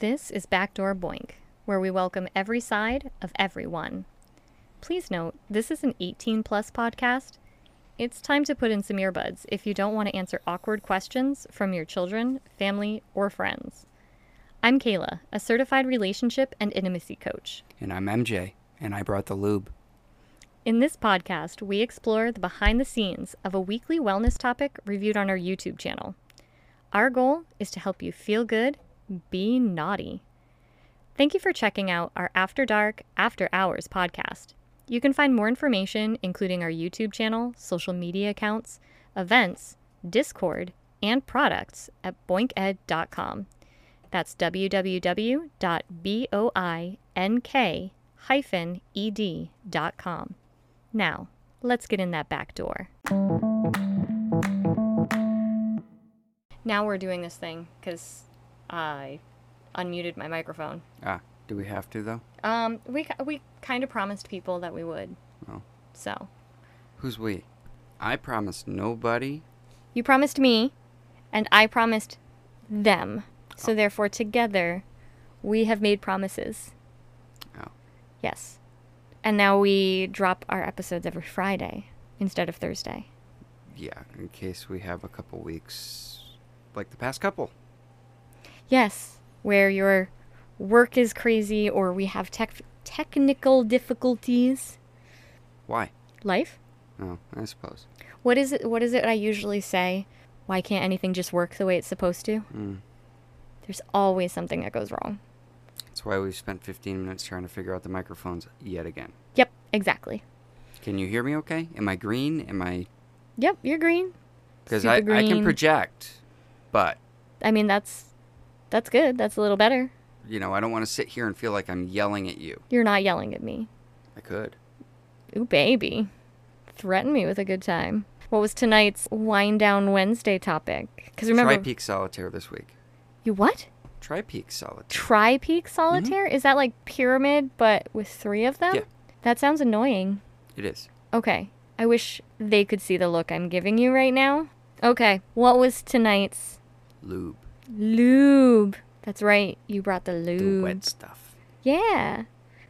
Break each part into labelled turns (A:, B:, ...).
A: This is Backdoor Boink, where we welcome every side of everyone. Please note, this is an 18 plus podcast. It's time to put in some earbuds if you don't want to answer awkward questions from your children, family, or friends. I'm Kayla, a certified relationship and intimacy coach.
B: And I'm MJ, and I brought the lube.
A: In this podcast, we explore the behind the scenes of a weekly wellness topic reviewed on our YouTube channel. Our goal is to help you feel good, be naughty. Thank you for checking out our After Dark, After Hours podcast. You can find more information, including our YouTube channel, social media accounts, events, Discord, and products at boinked.com. That's E www.boink-ed.com. Now, let's get in that back door. Now we're doing this thing because I unmuted my microphone.
B: Ah, do we have to though?
A: Um, we ki- we kind of promised people that we would.
B: Oh.
A: So
B: Who's we? I promised nobody.
A: you promised me, and I promised them.
B: Oh.
A: So therefore, together, we have made promises.
B: Oh,
A: Yes. And now we drop our episodes every Friday instead of Thursday.
B: yeah, in case we have a couple weeks, like the past couple.
A: Yes, where your work is crazy or we have tech technical difficulties.
B: Why?
A: Life.
B: Oh, I suppose.
A: What is it? What is it I usually say? Why can't anything just work the way it's supposed to?
B: Mm.
A: There's always something that goes wrong.
B: That's why we spent 15 minutes trying to figure out the microphones yet again.
A: Yep, exactly.
B: Can you hear me okay? Am I green? Am I.
A: Yep, you're green.
B: Because
A: Super
B: I, I
A: green.
B: can project, but,
A: I mean, that's that's good. That's a little better.
B: you know, I don't want to sit here and feel like I'm yelling at you.
A: You're not yelling at me.
B: I could.
A: Ooh, baby. Threaten me with a good time. What was tonight's wind down Wednesday topic? Because remember,
B: Try Peak Solitaire this week.
A: you what?
B: Try Peak Solitaire.
A: Tri peak
B: Mm-hmm.
A: solitaire? Is that like pyramid, but with three of them?
B: Yeah.
A: That sounds annoying.
B: It is.
A: Okay. I wish they could see the look I'm giving you right now. Okay. What was tonight's
B: Lube.
A: lube? That's right. You brought the
B: The
A: lube.
B: wet stuff.
A: Yeah.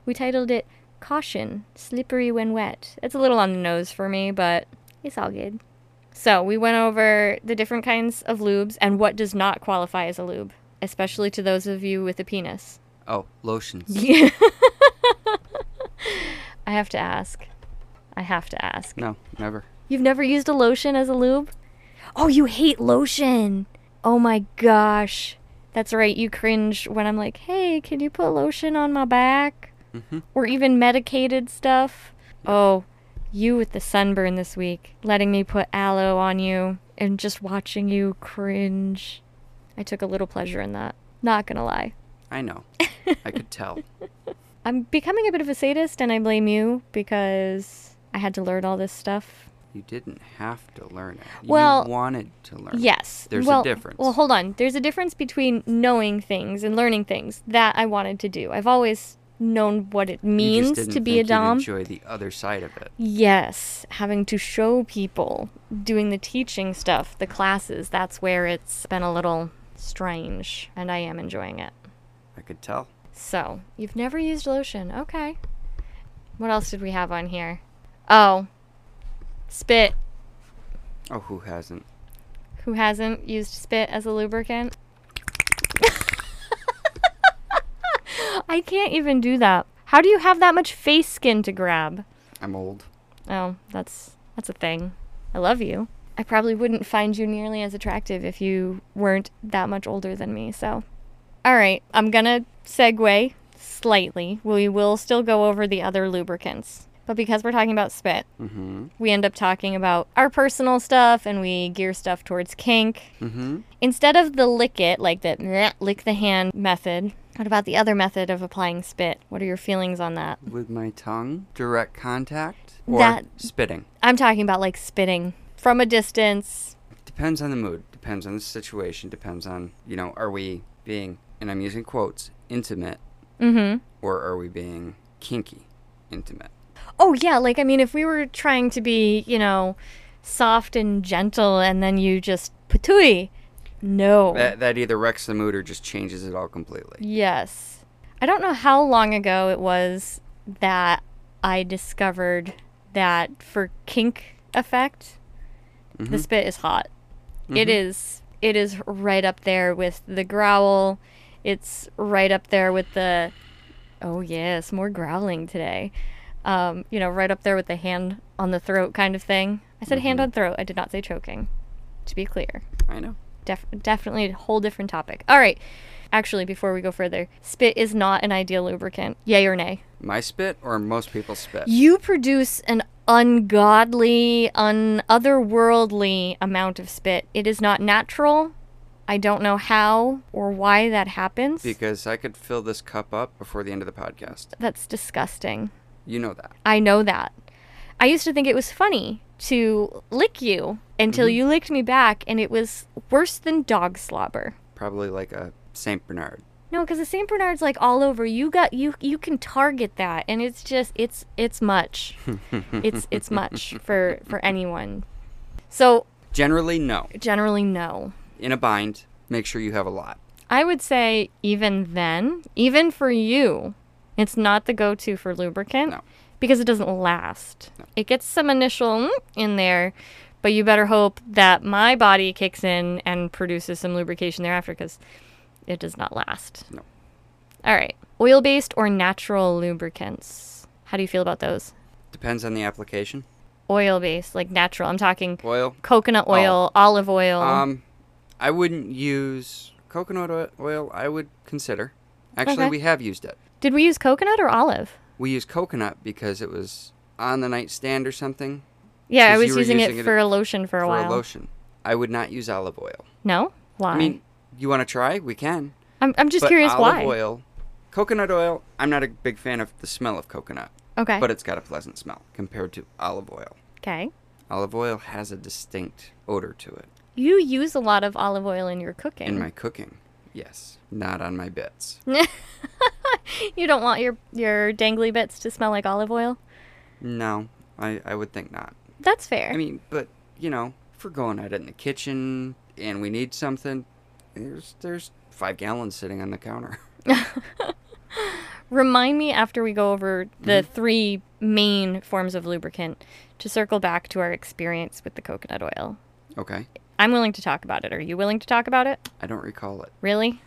A: We titled it Caution Slippery When Wet. It's a little on the nose for me, but it's all good. So, we went over the different kinds of lubes and what does not qualify as a lube, especially to those of you with a penis.
B: Oh, lotions.
A: I have to ask. I have to ask.
B: No, never.
A: You've never used a lotion as a lube? Oh, you hate lotion. Oh my gosh. That's right. You cringe when I'm like, hey, can you put lotion on my back?
B: Mhm.
A: Or even medicated stuff. Oh, you with the sunburn this week, letting me put aloe on you and just watching you cringe. I took a little pleasure in that. Not gonna lie.
B: I know. I could tell.
A: I'm becoming a bit of a sadist, and I blame you because I had to learn all this stuff
B: You didn't have to learn it.
A: Well,
B: you wanted to learn. it.
A: Yes.
B: There's
A: well,
B: a difference.
A: Well, hold on. There's a difference between knowing things and learning things that I wanted to do. I've always known what it
B: You
A: means
B: just didn't
A: to be
B: think
A: a dom.
B: You'd enjoy the other side of it.
A: yes, having to show people, doing the teaching stuff, the classes, that's where it's been a little strange, and I am enjoying it.
B: I could tell.
A: So, you've never used lotion. Okay. What else did we have on here? Oh, spit.
B: Oh, who hasn't?
A: Who hasn't used spit as a lubricant? I can't even do that. How do you have that much face skin to grab?
B: I'm old.
A: Oh, that's that's a thing. I love you. I probably wouldn't find you nearly as attractive if you weren't that much older than me. So, all right, I'm gonna segue slightly. We will still go over the other lubricants, but because we're talking about spit,
B: Mm-hmm.
A: we end up talking about our personal stuff and we gear stuff towards kink
B: Mm-hmm.
A: instead of the lick it, like the meh, lick the hand method, what about the other method of applying spit? What are your feelings on that?
B: With my tongue, direct contact, or
A: That-
B: spitting.
A: I'm talking about like spitting from a distance.
B: Depends on the mood. Depends on the situation. Depends on you know, are we being and I'm using quotes intimate,
A: Mm hmm.
B: or are we being kinky, intimate?
A: Oh, yeah. Like, I mean, if we were trying to be, you know, soft and gentle and then you just patooey, No.
B: That that either wrecks the mood or just changes it all completely.
A: Yes. I don't know how long ago it was that I discovered that for kink effect,
B: Mm-hmm.
A: the spit is hot. It is it is right up there with the growl. It's right up there with the oh yes, more growling today. Um, you know, right up there with the hand on the throat kind of thing. I said hand on throat. I did not say choking. To be clear
B: I know.
A: def- definitely a whole different topic. All right. Actually, before we go further, spit is not an ideal lubricant. Yay or nay?
B: My spit or most people's spit?
A: You produce an ungodly, un otherworldly amount of spit. It is not natural. I don't know how or why that happens.
B: Because I could fill this cup up before the end of the podcast.
A: That's disgusting.
B: You know that.
A: I know that. I used to think it was funny to lick you until you licked me back, and it was worse than dog slobber.
B: Probably like a Saint Bernard.
A: No, because the Saint Bernard's like all over. You got you you can target that, and it's just it's it's much. it's it's much for for anyone. So
B: Generally, no.
A: generally, no.
B: In a bind, make sure you have a lot.
A: I would say even then, even for you, it's not the go-to for lubricant
B: No.
A: because it doesn't last. It gets some initial mm, in there, but you better hope that my body kicks in and produces some lubrication thereafter because it does not last.
B: No.
A: All right. Oil based or natural lubricants? How do you feel about those?
B: Depends on the application.
A: Oil based, like natural. I'm talking
B: Oil.
A: coconut oil, olive oil.
B: oh. Um, I wouldn't use coconut o- oil. I would consider. Actually,
A: Okay.
B: we have used it.
A: Did we use coconut or olive?
B: We used coconut because it was on the nightstand or something
A: Yeah, I
B: 'Cause
A: was
B: you were
A: using,
B: using
A: it
B: it
A: for a lotion for a
B: for
A: while.
B: a lotion. I would not use olive oil.
A: No? Why?
B: I mean, you want to try? We can.
A: I'm, I'm just
B: but
A: curious
B: olive
A: why.
B: oil, coconut oil. I'm not a big fan of the smell of coconut,
A: Okay.
B: but it's got a pleasant smell compared to olive oil.
A: okay.
B: Olive oil has a distinct odor to it
A: You use a lot of olive oil in your cooking.
B: in my cooking. Yes, not on my bits.
A: you don't want your, your dangly bits to smell like olive oil?
B: No, I, I would think not.
A: That's fair.
B: I mean, but you know, if we're going at it in the kitchen and we need something, there's there's five gallons sitting on the counter.
A: Remind me after we go over the
B: Mm-hmm.
A: three main forms of lubricant to circle back to our experience with the coconut oil.
B: Okay,
A: I'm willing to talk about it. Are you willing to talk about it?
B: I don't recall it.
A: Really?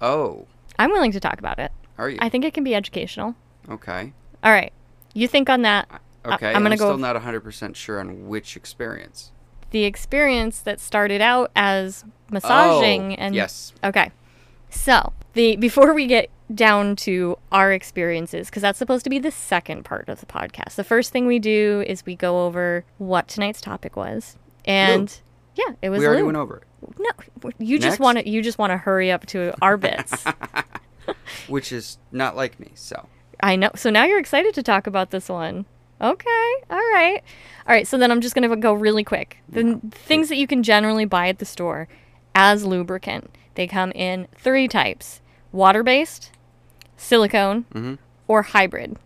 B: Oh,
A: I'm willing to talk about it.
B: are you?
A: I think it can be educational.
B: okay.
A: All right. You think on that. I-
B: Okay,
A: I'm gonna go-
B: still not 100% sure on which experience.
A: The experience that started out as massaging
B: Oh,
A: and
B: yes.
A: Okay. So, the before we get down to our experiences cuz that's supposed to be the second part of the podcast. The first thing we do is we go over what tonight's topic was. And yeah, it was
B: We already
A: lube.
B: went over it,
A: No, you just
B: Next?
A: want to you just want to hurry up to our bits.
B: which is not like me, so.
A: I know. So now you're excited to talk about this one. Okay. All right. All right. So then I'm just going to go really quick. The n- things that you can generally buy at the store as lubricant, they come in three types water based, silicone,
B: Mm. Mm-hmm.
A: or hybrid.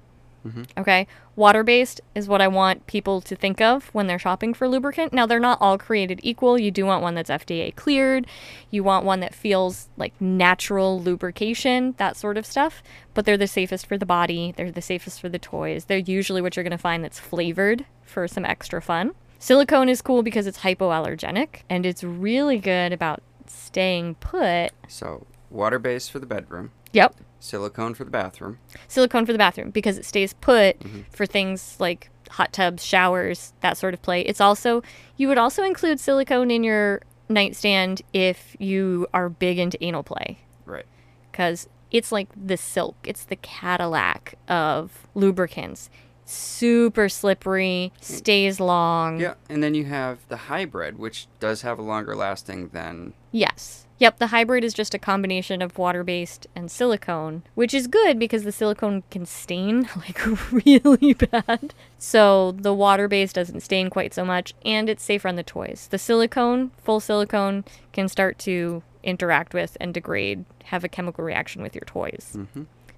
A: Okay. Water based is what I want people to think of when they're shopping for lubricant. Now, they're not all created equal. You do want one that's FDA cleared. You want one that feels like natural lubrication, that sort of stuff. But they're the safest for the body. They're the safest for the toys. They're usually what you're going to find that's flavored for some extra fun. Silicone is cool because it's hypoallergenic and it's really good about staying put.
B: So, water base for the bedroom,
A: Yep.
B: silicone for the bathroom.
A: silicone for the bathroom because it stays put for things like hot tubs, showers, that sort of play. It's also you would also include silicone in your nightstand if you are big into anal play
B: Right.
A: because it's like the silk, it's the Cadillac of lubricants. Super slippery, stays long.
B: Yeah, and then you have the hybrid, which does have a longer lasting than.
A: Yes. Yep, the hybrid is just a combination of water based and silicone, which is good because the silicone can stain like really bad. So the water based doesn't stain quite so much and it's safer on the toys. The silicone, full silicone, can start to interact with and degrade, have a chemical reaction with your toys.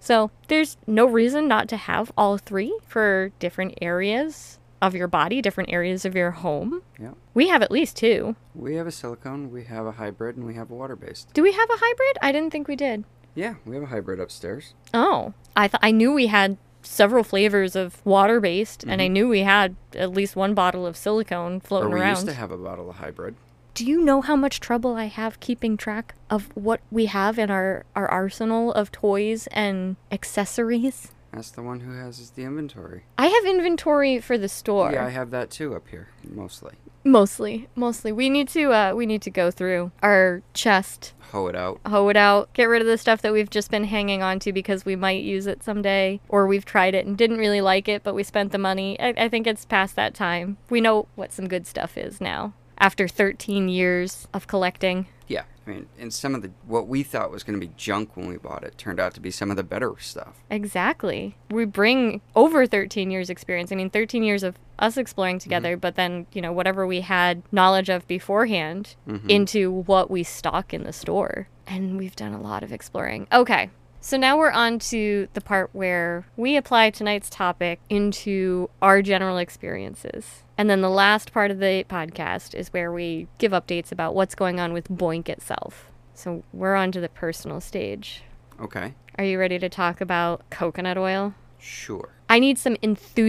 A: So there's no reason not to have all three for different areas of your body, different areas of your home.
B: Yeah.
A: We have at least two.
B: We have a silicone, we have a hybrid, and we have a water based.
A: Do we have a hybrid? I didn't think we did.
B: Yeah, we have a hybrid upstairs.
A: Oh, I th- I knew we had several flavors of water based, and I knew we had at least one bottle of silicone
B: Mm-hmm. Or
A: floating
B: we
A: around.
B: used to have a bottle of hybrid.
A: Do you know how much trouble I have keeping track of what we have in our, our arsenal of toys and accessories?
B: That's the one who has the inventory.
A: I have inventory for the store.
B: Yeah, I have that too up here, mostly.
A: Mostly. Mostly. We need to uh we need to go through our chest,
B: Hoe it out.
A: hoe it out, get rid of the stuff that we've just been hanging on to because we might use it someday, or we've tried it and didn't really like it, but we spent the money. I, I think it's past that time. We know what some good stuff is now. After 13 years of collecting.
B: Yeah, I mean, and some of the what we thought was going to be junk when we bought it turned out to be some of the better stuff.
A: Exactly. We bring over 13 years experience. I mean, 13 years of us exploring together, but then, you know, whatever we had knowledge of beforehand into what we stock in the store. And we've done a lot of exploring. Okay. So now we're on to the part where we apply tonight's topic into our general experiences. And then the last part of the podcast is where we give updates about what's going on with Boink itself. So we're on to the personal stage.
B: Okay,
A: Are you ready to talk about coconut oil?
B: sure.
A: I need some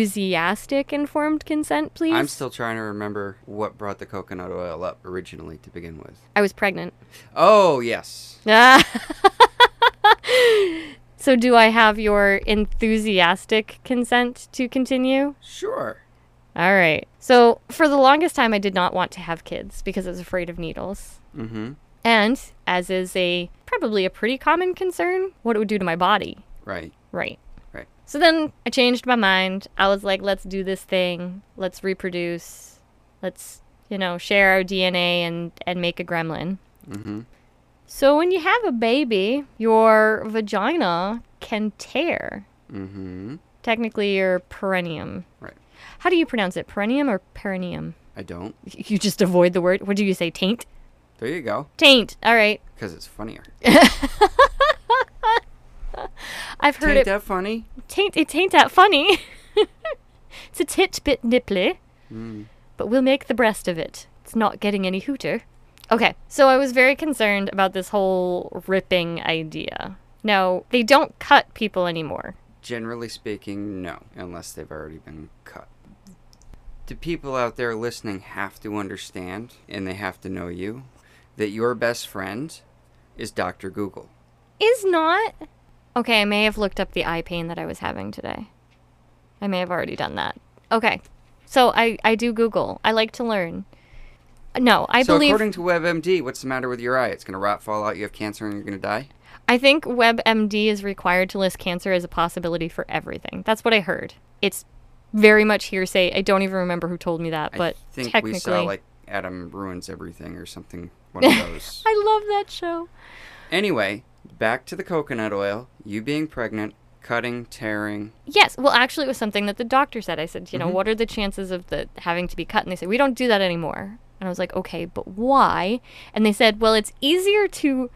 A: enthusiastic informed consent, please.
B: I'm still trying to remember what brought the coconut oil up originally to begin with.
A: I was pregnant.
B: Oh, yes.
A: Ah. so, do I have your enthusiastic consent to continue?
B: Sure.
A: All right. So, for the longest time, I did not want to have kids because I was afraid of needles.
B: Mm-hmm.
A: And, as is a probably a pretty common concern, what it would do to my body.
B: Right.
A: Right.
B: Right.
A: So then I changed my mind. I was like, let's do this thing. Let's reproduce. Let's, you know, share our DNA and, and make a gremlin.
B: Mm-hmm.
A: So when you have a baby, your vagina can tear.
B: Mm-hmm.
A: Technically, your perineum.
B: Right.
A: How do you pronounce it? Perineum or perineum?
B: I don't.
A: Y- You just avoid the word. What do you say? Taint?
B: There you go.
A: Taint. All right.
B: Because it's funnier.
A: I've heard
B: Ain't
A: it.
B: that funny?
A: Taint. It ain't that funny. it's a tit bit nipply.
B: Mm.
A: but we'll make the breast of it. It's not getting any hooter. Okay, so I was very concerned about this whole ripping idea. No, they don't cut people anymore.
B: Generally speaking, no, unless they've already been cut. The people out there listening have to understand, and they have to know you, that your best friend is Dr. Google.
A: Is not. Okay, I may have looked up the eye pain that I was having today. I may have already done that. Okay, so I, I do Google. I like to learn. No, I
B: so,
A: believe.
B: according to WebMD, what's the matter with your eye? It's going to rot, fall out, you have cancer, and you're going to die?
A: I think WebMD is required to list cancer as a possibility for everything. That's what I heard. It's very much hearsay. I don't even remember who told me that, but
B: I think
A: technically,
B: we saw, like, Adam Ruins Everything or something, one of those.
A: I love that show.
B: anyway, back to the coconut oil, you being pregnant, cutting, tearing.
A: Yes, well, actually, it was something that the doctor said. I said, you know, what are the chances of the having to be cut? And they said, we don't do that anymore. And I was like, okay, but why? And they said, well, it's easier to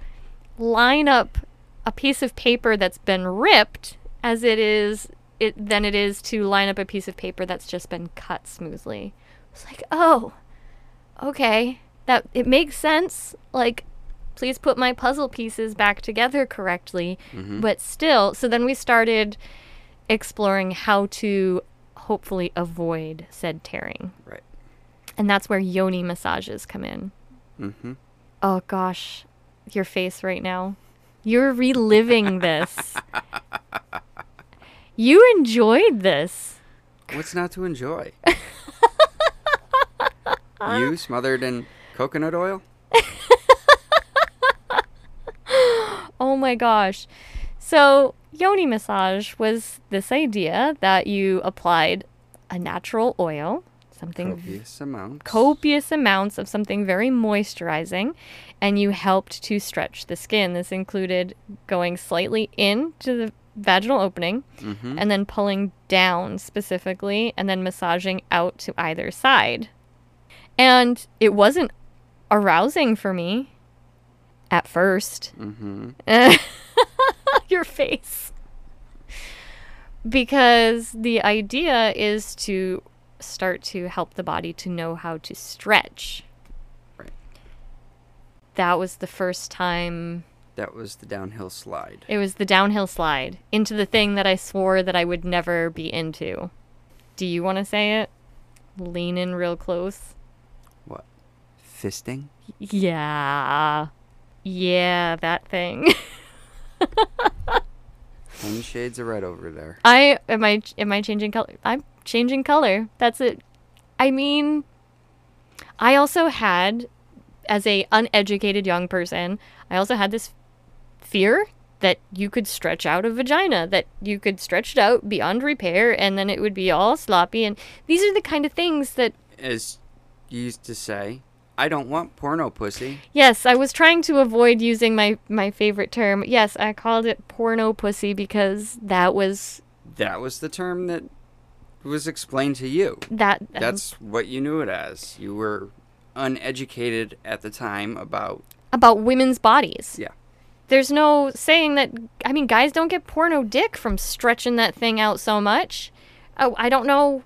A: line up a piece of paper that's been ripped as it is it than it is to line up a piece of paper that's just been cut smoothly. It's like, oh, okay, that it makes sense. Like, please put my puzzle pieces back together correctly. But still, so then we started exploring how to hopefully avoid said tearing.
B: Right.
A: And that's where yoni massages come in.
B: Mm-hmm.
A: Oh gosh, your face right now. You're reliving this. you enjoyed this.
B: What's not to enjoy? you smothered in coconut oil?
A: Oh my gosh. So, yoni massage was this idea that you applied a natural oil, something
B: Copious amounts.
A: copious amounts of something very moisturizing and you helped to stretch the skin. This included going slightly into the vaginal opening
B: Mhm.
A: and then pulling down specifically and then massaging out to either side. And it wasn't arousing for me at first.
B: Mm-hmm.
A: Your face. Because the idea is to start to help the body to know how to stretch.
B: Right.
A: That was the first time
B: That was the downhill slide.
A: it was the downhill slide into the thing that I swore that I would never be into. Do you want to say it? Lean in real close.
B: What? Fisting?
A: Yeah. Yeah, that thing.
B: Ten shades of red over there.
A: I am I am I changing color? I'm changing color. That's it. I mean, I also had, as a uneducated young person, I also had this fear that you could stretch out a vagina, that you could stretch it out beyond repair, and then it would be all sloppy. And these are the kind of things that
B: As you used to say, I don't want porno pussy.
A: Yes, I was trying to avoid using my my favorite term. Yes, I called it porno pussy because that was
B: That was the term that was explained to you.
A: that um,
B: That's what you knew it as. You were uneducated at the time about
A: about women's bodies.
B: yeah.
A: There's no saying that I mean guys don't get porno dick from stretching that thing out so much. Oh, I don't know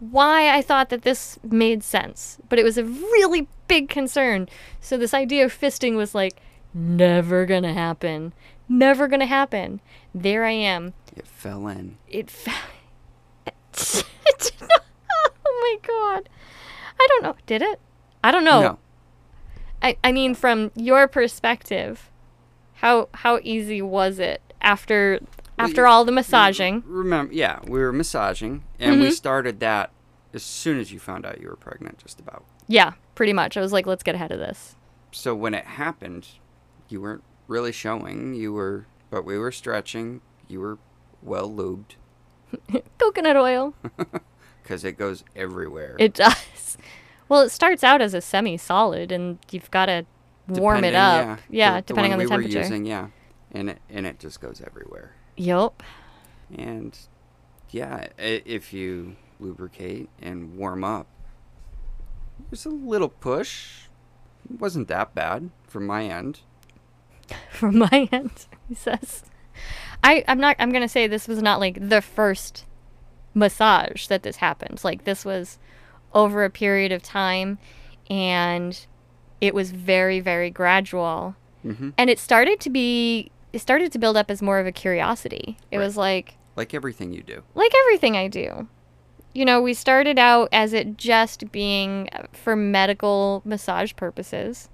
A: why I thought that this made sense, but it was a really big concern. So this idea of fisting was like never going to happen. Never going to happen. There I am.
B: It fell in.
A: it fell. it did not. Oh my god! I don't know. Did it? I don't know.
B: No.
A: I, I mean, from your perspective, how how easy was it after after
B: you-
A: all the massaging?
B: Remember, yeah, we were massaging, and
A: Mm-hmm.
B: we started that as soon as you found out you were pregnant, just about.
A: Yeah, pretty much. I was like, let's get ahead of this.
B: So when it happened, you weren't really showing. You were, but we were stretching. You were well lubed
A: Coconut oil.
B: because it goes everywhere.
A: It does. Well, it starts out as a semi-solid, and you've got to warm it
B: Depending,
A: up. Yeah,
B: the- the
A: depending on
B: one
A: the
B: we
A: temperature.
B: Were using, yeah, and it, and it just goes everywhere.
A: Yup.
B: And yeah, i- if you lubricate and warm up, there's a little push. It wasn't that bad from my end.
A: from my end he says i i'm not i'm gonna say this was not like the first massage that this happened like this was over a period of time and it was very very gradual
B: hmm
A: and it started to be it started to build up as more of a curiosity it
B: Right.
A: was like
B: Like everything you do.
A: like everything I do. You know, we started out as it just being uh, for medical massage purposes.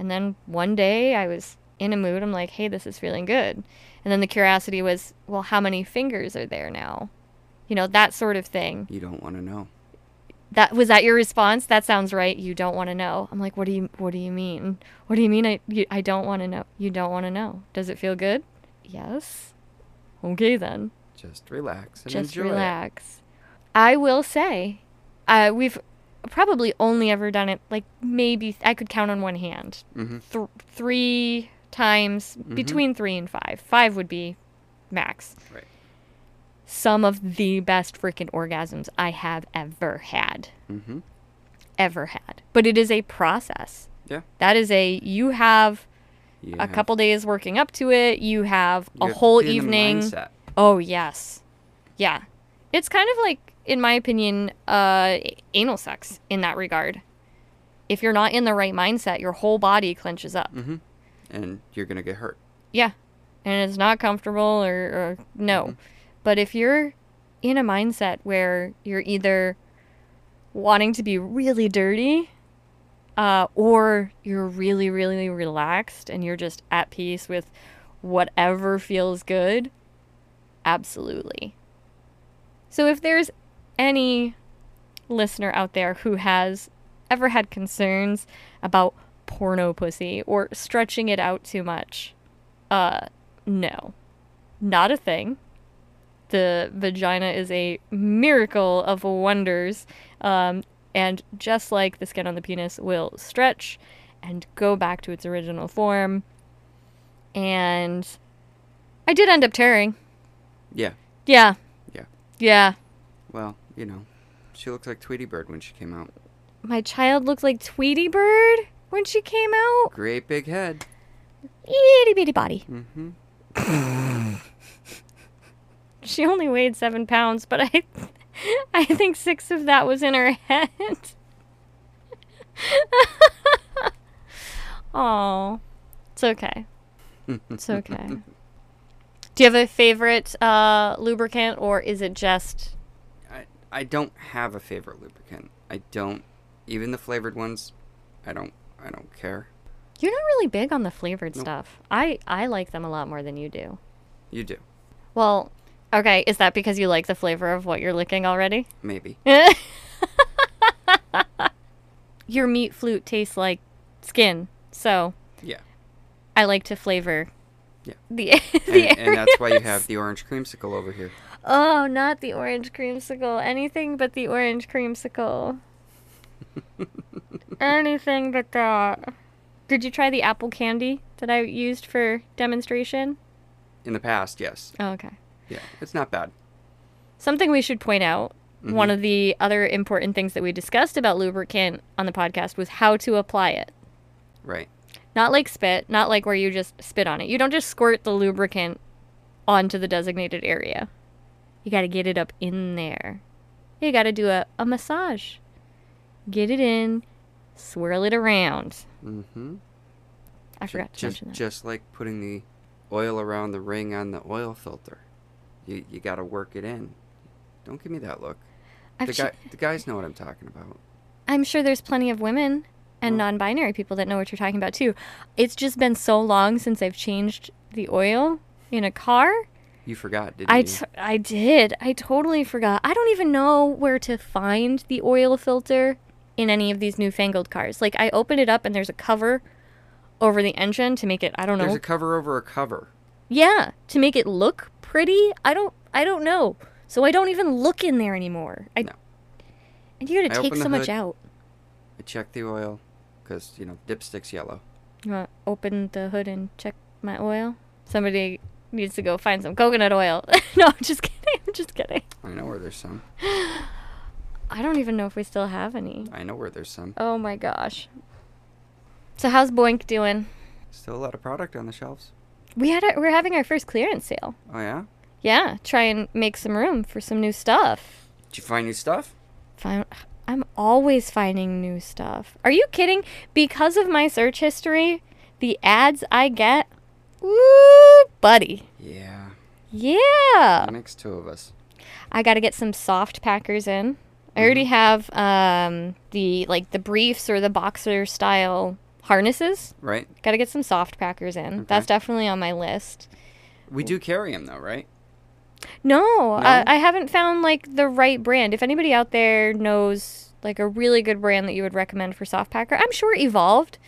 A: And then one day I was in a mood, I'm like, hey, this is feeling good. And then the curiosity was, well, how many fingers are there now? You know, that sort of thing.
B: You don't want to know.
A: That was that your response? That sounds right. You don't want to know. I'm like, what do you what do you mean? What do you mean I you, I don't want to know? You don't want to know. Does it feel good? Yes. Okay then
B: Just relax and
A: just
B: enjoy
A: relax. I will say, uh, we've probably only ever done it like maybe I could count on one hand,
B: it. hmm
A: th- three times
B: Mm-hmm.
A: between three and five. Five would be max.
B: Right.
A: Some of the best freaking orgasms I have ever had,
B: hmm
A: ever had. But it is a process.
B: Yeah.
A: That is a you have
B: You
A: a
B: have-
A: couple days working up to it. You have
B: you
A: a
B: have to
A: whole
B: be in the
A: evening.
B: mindset.
A: Oh yes, yeah. It's kind of like, in my opinion, uh, anal sex in that regard. If you're not in the right mindset, your whole body clenches up.
B: hmm And you're gonna get hurt.
A: Yeah, and it's not comfortable or, or no. But if you're in a mindset where you're either wanting to be really dirty, uh, or you're really really relaxed and you're just at peace with whatever feels good, absolutely. So if there's any listener out there who has ever had concerns about porno pussy or stretching it out too much, uh, no. Not a thing. The vagina is a miracle of wonders. Um, and just like the skin on the penis will stretch and go back to its original form. And I did end up tearing.
B: Yeah.
A: Yeah.
B: Yeah.
A: Yeah.
B: Well, you know, she looked like Tweety Bird when she came out.
A: My child looked like Tweety Bird when she came out.
B: Great big head.
A: Itty bitty body.
B: hmm
A: She only weighed seven pounds, but I I think six of that was in her head. Oh, it's okay. It's okay. Do you have a favorite uh, lubricant, or is it just
B: I, I don't have a favorite lubricant. I don't even the flavored ones. I don't I don't care.
A: you're not really big on the flavored
B: Nope.
A: stuff? I I like them a lot more than you do.
B: You do.
A: Well, okay, is that because you like the flavor of what you're licking already?
B: Maybe.
A: Your meat flute tastes like skin, so
B: Yeah.
A: I like to flavor.
B: Yeah.
A: The, the
B: And, and that's why you
A: areas.
B: have the orange creamsicle over here.
A: Oh, not the orange creamsicle. Anything but the orange creamsicle. Anything but that. Did you try the apple candy that I used for demonstration?
B: In the past, yes.
A: Oh, okay.
B: Yeah. It's not bad.
A: Something we should point out. One
B: Mm-hmm.
A: of the other important things that we discussed about lubricant on the podcast was how to apply it.
B: Right.
A: Not like spit, not like where you just spit on it. You don't just squirt the lubricant onto the designated area. You got to get it up in there. You got to do a, a massage. Get it in, swirl it around.
B: Mm-hmm.
A: I forgot to
B: just
A: mention that.
B: just like putting the oil around the ring on the oil filter. You you gotta work it in. Don't give me that look.
A: I'm,
B: the
A: su-
B: guy the guys know what I'm talking about.
A: I'm sure there's plenty of women and
B: Mm.
A: non binary people that know what you're talking about too. It's just been so long since I've changed the oil in a car
B: You forgot, didn't
A: I,
B: you?
A: t- I did. I totally forgot. I don't even know where to find the oil filter in any of these newfangled cars. Like, I open it up and there's a cover over the engine to make it, I don't know.
B: There's a cover over a cover.
A: yeah, to make it look pretty. I don't, I don't know. So I don't even look in there anymore. I,
B: No.
A: And you
B: I
A: gotta take
B: open the
A: so much
B: hood.
A: out.
B: I check the oil, 'cause you know dipstick's yellow.
A: You want to open the hood and check my oil? Somebody needs to go find some coconut oil. no, I'm just kidding. I'm just kidding.
B: I know where there's some.
A: I don't even know if we still have any.
B: I know where there's some.
A: Oh my gosh. So how's Boink doing?
B: Still a lot of product on the shelves.
A: We had a, we're having our first clearance sale.
B: Oh yeah.
A: Yeah, try and make some room for some new stuff.
B: Did you find new stuff?
A: Find, I'm always finding new stuff. Are you kidding? Because of my search history, the ads I get, ooh, buddy.
B: Yeah.
A: Yeah.
B: The next two of us.
A: I got to get some soft packers in. I already have um, the like the briefs or the boxer style harnesses.
B: Right.
A: Got to get some soft packers in. That's definitely on my list.
B: We do carry them though, right?
A: No, I,
B: No?
A: I haven't found like the right brand. If anybody out there knows like a really good brand that you would recommend for soft packer, I'm sure Evolved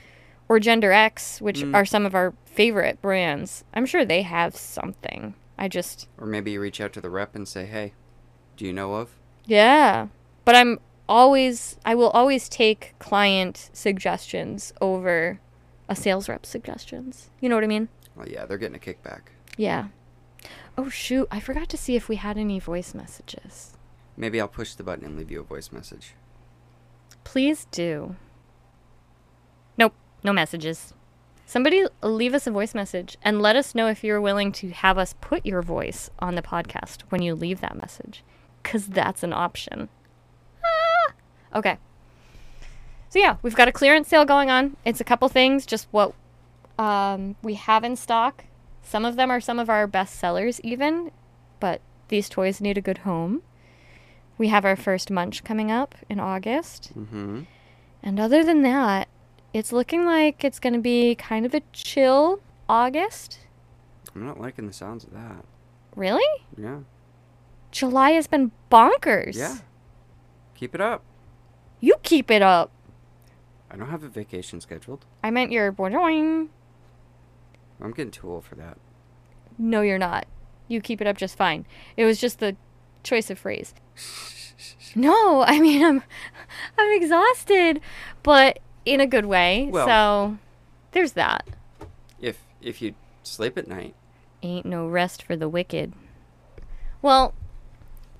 A: or Gender X, which are some of our favorite brands, I'm sure they have something. I just
B: Or maybe you reach out to the rep and say, "Hey, do you know of?"
A: yeah, but I'm always I will always take client suggestions over a sales rep suggestions. You know what I mean?
B: Well, yeah, they're getting a kickback.
A: Yeah. Oh shoot, I forgot to see if we had any voice messages.
B: Maybe I'll push the button and leave you a voice message.
A: Please do. Nope, no messages. Somebody leave us a voice message and let us know if you're willing to have us put your voice on the podcast when you leave that message, because that's an option. Ah! Okay. So, yeah, we've got a clearance sale going on. It's a couple things, just what um, we have in stock. Some of them are some of our best sellers, even, but these toys need a good home. We have our first munch coming up in August.
B: Mm-hmm.
A: And other than that, it's looking like it's going to be kind of a chill August.
B: I'm not liking the sounds of that.
A: Really?
B: Yeah.
A: July has been bonkers.
B: Yeah. Keep it up.
A: You keep it up.
B: I don't have a vacation scheduled.
A: I meant your boing.
B: I'm getting too old for that.
A: No, you're not. You keep it up just fine. It was just the choice of phrase. No, I mean I'm I'm exhausted, but in a good way.
B: Well-
A: so there's that.
B: If if you sleep at night,
A: Ain't no rest for the wicked. Well,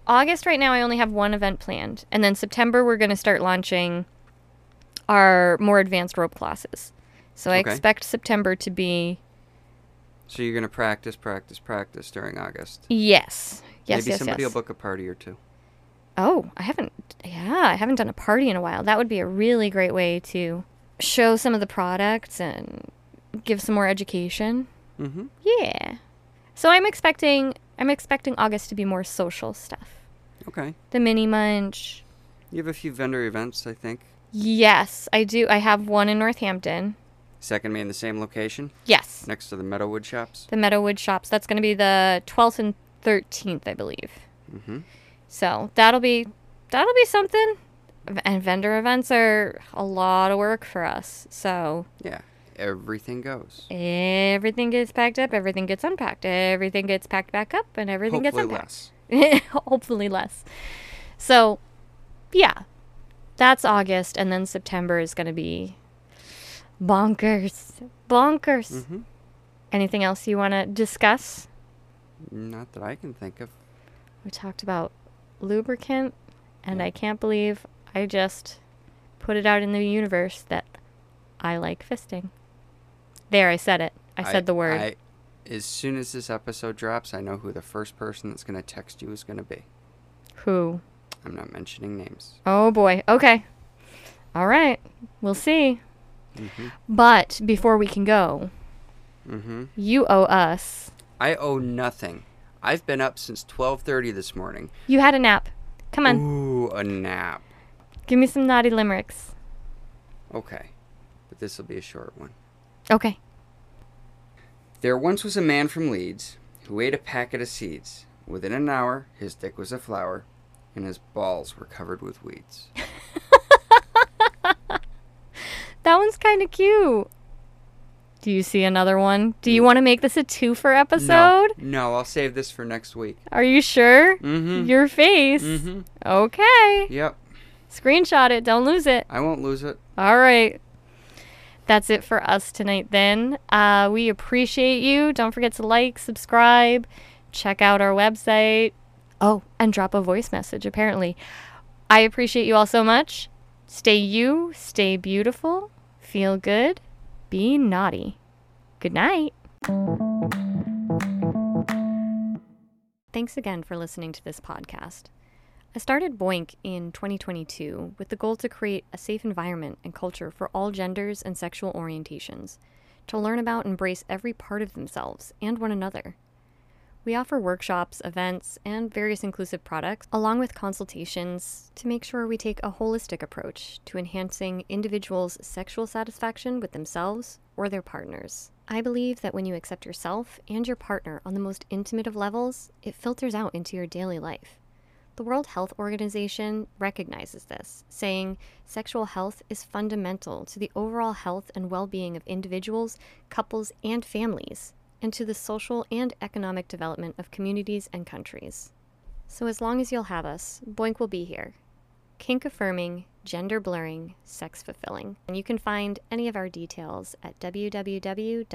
A: August right now, I only have one event planned. And then September, we're going to start launching our more advanced rope classes. So I
B: Okay.
A: expect September to be
B: so you're gonna practice, practice, practice during August.
A: yes. Yes,
B: Maybe
A: yes,
B: somebody
A: yes.
B: will book a party or two.
A: Oh, I haven't. Yeah, I haven't done a party in a while. That would be a really great way to show some of the products and give some more education.
B: Mm-hmm.
A: Yeah. So I'm expecting I'm expecting August to be more social stuff.
B: Okay.
A: The mini munch.
B: You have a few vendor events, I think.
A: Yes, I do. I have one in Northampton.
B: Second May in the same location,
A: Yes.
B: next to the Meadowwood Shops.
A: The Meadowwood shops. That's going to be the 12th and 13th, I believe.
B: Mm-hmm.
A: So, that'll be that'll be something. And vendor events are a lot of work for us. So,
B: Yeah, everything goes.
A: everything gets packed up, everything gets unpacked, everything gets packed back up, and everything
B: Hopefully
A: gets unpacked.
B: less.
A: hopefully less. So, yeah, that's August, and then September is going to be bonkers, bonkers.
B: Mhm.
A: Anything else you want to discuss?
B: Not that I can think of.
A: We talked about lubricant, and
B: Yeah.
A: I can't believe I just put it out in the universe that I like fisting. There, I said it. I said the word.
B: I, as soon as this episode drops, I know who the first person that's going to text you is going to be.
A: Who?
B: I'm not mentioning names.
A: Oh boy. Okay. All right. We'll see.
B: Mhm.
A: But before we can go,
B: Mm-hmm.
A: You owe us.
B: I owe nothing. I've been up since 12:30 this morning.
A: You had a nap. Come on,
B: Ooh, a nap.
A: give me some naughty limericks.
B: Okay, but this will be a short one.
A: Okay.
B: There once was a man from Leeds who ate a packet of seeds. Within an hour, his dick was a flower, and his balls were covered with weeds.
A: That one's kind of cute. Do you see another one? Do you want to make this a twofer
B: Mm. No,
A: episode?
B: no, I'll save this for next week.
A: Are you sure?
B: Mm-hmm.
A: Your face.
B: mm-hmm.
A: Okay.
B: Yep,
A: Screenshot it. Don't lose it.
B: I won't lose it.
A: All right. That's it for us tonight, then. Uh, we appreciate you. Don't forget to like, subscribe, check out our website. Oh, and drop a voice message, apparently. I appreciate you all so much. Stay you, stay beautiful, feel good, be naughty. Good night. Thanks again for listening to this podcast. I started Boink in 2022 with the goal to create a safe environment and culture for all genders and sexual orientations, to learn about and embrace every part of themselves and one another. We offer workshops, events, and various inclusive products, along with consultations, to make sure we take a holistic approach to enhancing individuals' sexual satisfaction with themselves or their partners. I believe that when you accept yourself and your partner on the most intimate of levels, it filters out into your daily life. The World Health Organization recognizes this, saying sexual health is fundamental to the overall health and well being of individuals, couples, and families, and to the social and economic development of communities and countries. So, as long as you'll have us, Boink will be here. Kink affirming, gender blurring, sex fulfilling. And you can find any E of our details at www.boink-ed.com.